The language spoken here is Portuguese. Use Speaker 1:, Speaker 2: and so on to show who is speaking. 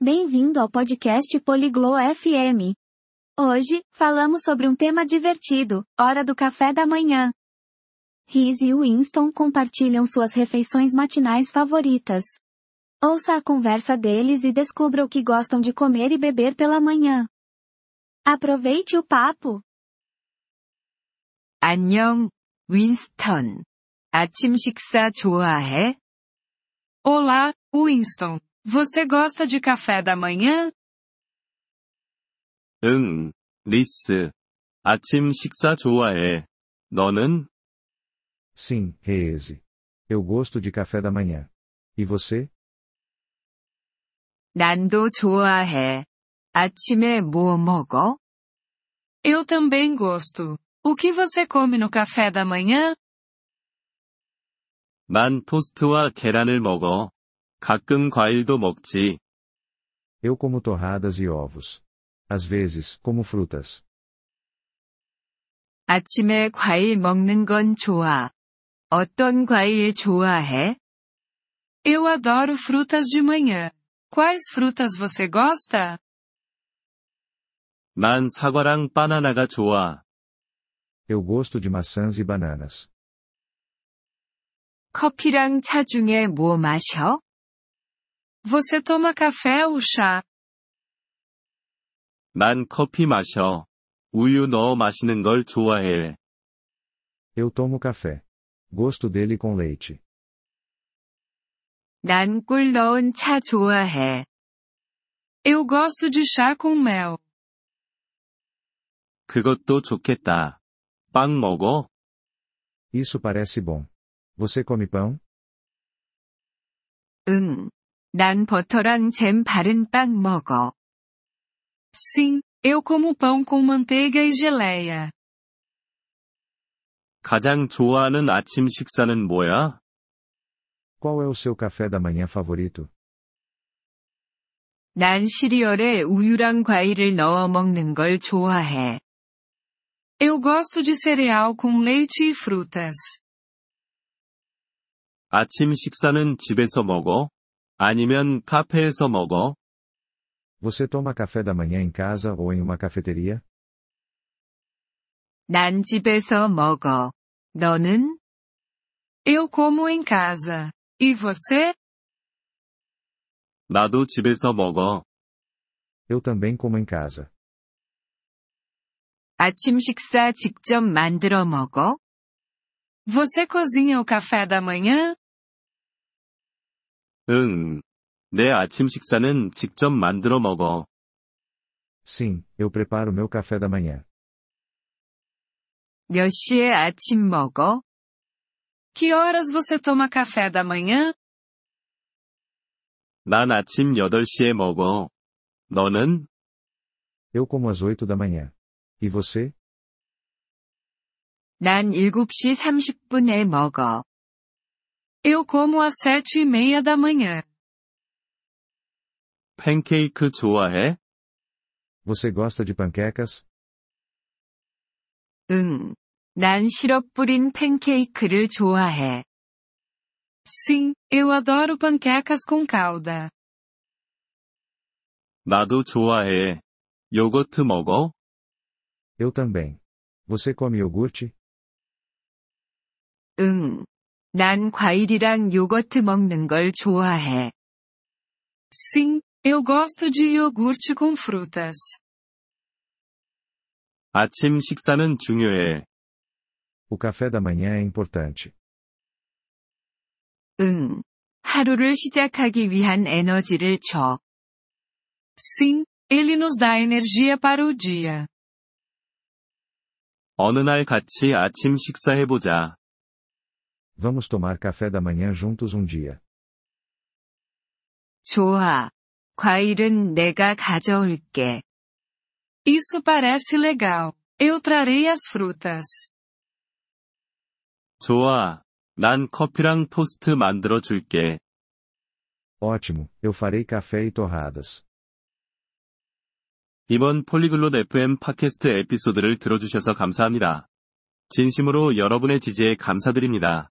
Speaker 1: Bem-vindo ao podcast Poliglo FM. Hoje, falamos sobre um tema divertido, hora do café da manhã. Riz e Winston compartilham suas refeições matinais favoritas. Ouça a conversa deles e descubra o que gostam de comer e beber pela manhã. Aproveite o papo!
Speaker 2: 안녕, 윈스턴. 아침 식사 좋아해?
Speaker 3: Olá, Winston. Você gosta de café da manhã?
Speaker 4: 응, 리스. 아침 식사 좋아해. 너는?
Speaker 5: Sim, Reese. Eu gosto de café da manhã. E você?
Speaker 2: 난도 좋아해. 아침에 뭐 먹어?
Speaker 3: Eu também gosto. O que você come no café da manhã?
Speaker 4: 난 토스트와 계란을 먹어. 가끔 과일도 먹지.
Speaker 5: Eu como torradas e ovos. Às vezes, como frutas.
Speaker 2: 아침에 과일 먹는 건 좋아. 어떤 과일 좋아해?
Speaker 3: Eu adoro frutas de manhã. Quais frutas você gosta?
Speaker 4: 난 사과랑 바나나가 좋아.
Speaker 5: Eu gosto de maçãs e bananas.
Speaker 2: 커피랑 차 중에 뭐 마셔?
Speaker 3: Você toma café ou chá?
Speaker 4: 난 커피 마셔. 우유 넣어 마시는 걸 좋아해.
Speaker 5: Eu tomo café. Gosto dele com leite.
Speaker 2: 난 꿀 넣은 차 좋아해.
Speaker 3: Eu gosto de chá com mel.
Speaker 4: 그것도 좋겠다. 빵 먹어?
Speaker 5: Isso parece bom. Você come pão?
Speaker 2: 응. 난 버터랑 잼 바른 빵 먹어.
Speaker 3: Sim, eu como pão com manteiga e geleia.
Speaker 4: 가장 좋아하는 아침 식사는 뭐야?
Speaker 5: Qual é o seu café da manhã favorito?
Speaker 2: 난 시리얼에 우유랑 과일을 넣어 먹는 걸 좋아해.
Speaker 3: Eu gosto de cereal com leite e frutas.
Speaker 4: 아침 식사는 집에서 먹어? 아니면 카페에서 먹어?
Speaker 5: Você toma café da manhã em casa ou em uma cafeteria?
Speaker 2: 난 집에서 먹어. 너는?
Speaker 3: Eu como em casa. E você?
Speaker 4: 나도 집에서 먹어.
Speaker 5: Eu também como em casa.
Speaker 2: 아침 식사 직접 만들어 먹어?
Speaker 3: Você cozinha o café da manhã?
Speaker 4: 응. 내 아침 식사는 직접 만들어 먹어.
Speaker 5: Sim, eu preparo meu café da manhã.
Speaker 2: 몇 시에 아침 먹어?
Speaker 3: Que horas você toma café da manhã?
Speaker 4: 난 아침 8시에 먹어. 너는?
Speaker 5: Eu como às 8 da manhã. E você?
Speaker 2: 난 7시 30분에 먹어.
Speaker 3: Eu como às sete e meia da manhã.
Speaker 4: 팬케이크 좋아해?
Speaker 5: Você gosta de panquecas?
Speaker 2: 응. 난 시럽 뿌린 팬케이크를 좋아해.
Speaker 3: Sim, eu adoro panquecas com calda.
Speaker 4: 나도 좋아해. 요거트 먹어?
Speaker 5: Eu também. Você come iogurte?
Speaker 2: 응. 난 과일이랑 요거트 먹는 걸 좋아해.
Speaker 3: Sim, eu gosto de iogurte com frutas.
Speaker 4: 아침 식사는 중요해.
Speaker 5: O café da manhã é importante.
Speaker 2: 응. 하루를 시작하기 위한 에너지를 줘.
Speaker 3: Sim, ele nos dá energia para o dia.
Speaker 4: 어느 날 같이 아침 식사해보자.
Speaker 5: Vamos tomar café da manhã juntos um dia.
Speaker 2: 좋아. 과일은 내가 가져올게.
Speaker 3: Isso parece legal. Eu trarei as frutas.
Speaker 4: 좋아. 난 커피랑 토스트 만들어 줄게.
Speaker 5: Ótimo, eu farei café e torradas.
Speaker 4: 이번 폴리글롯 FM 팟캐스트 에피소드를 들어주셔서 감사합니다. 진심으로 여러분의 지지에 감사드립니다.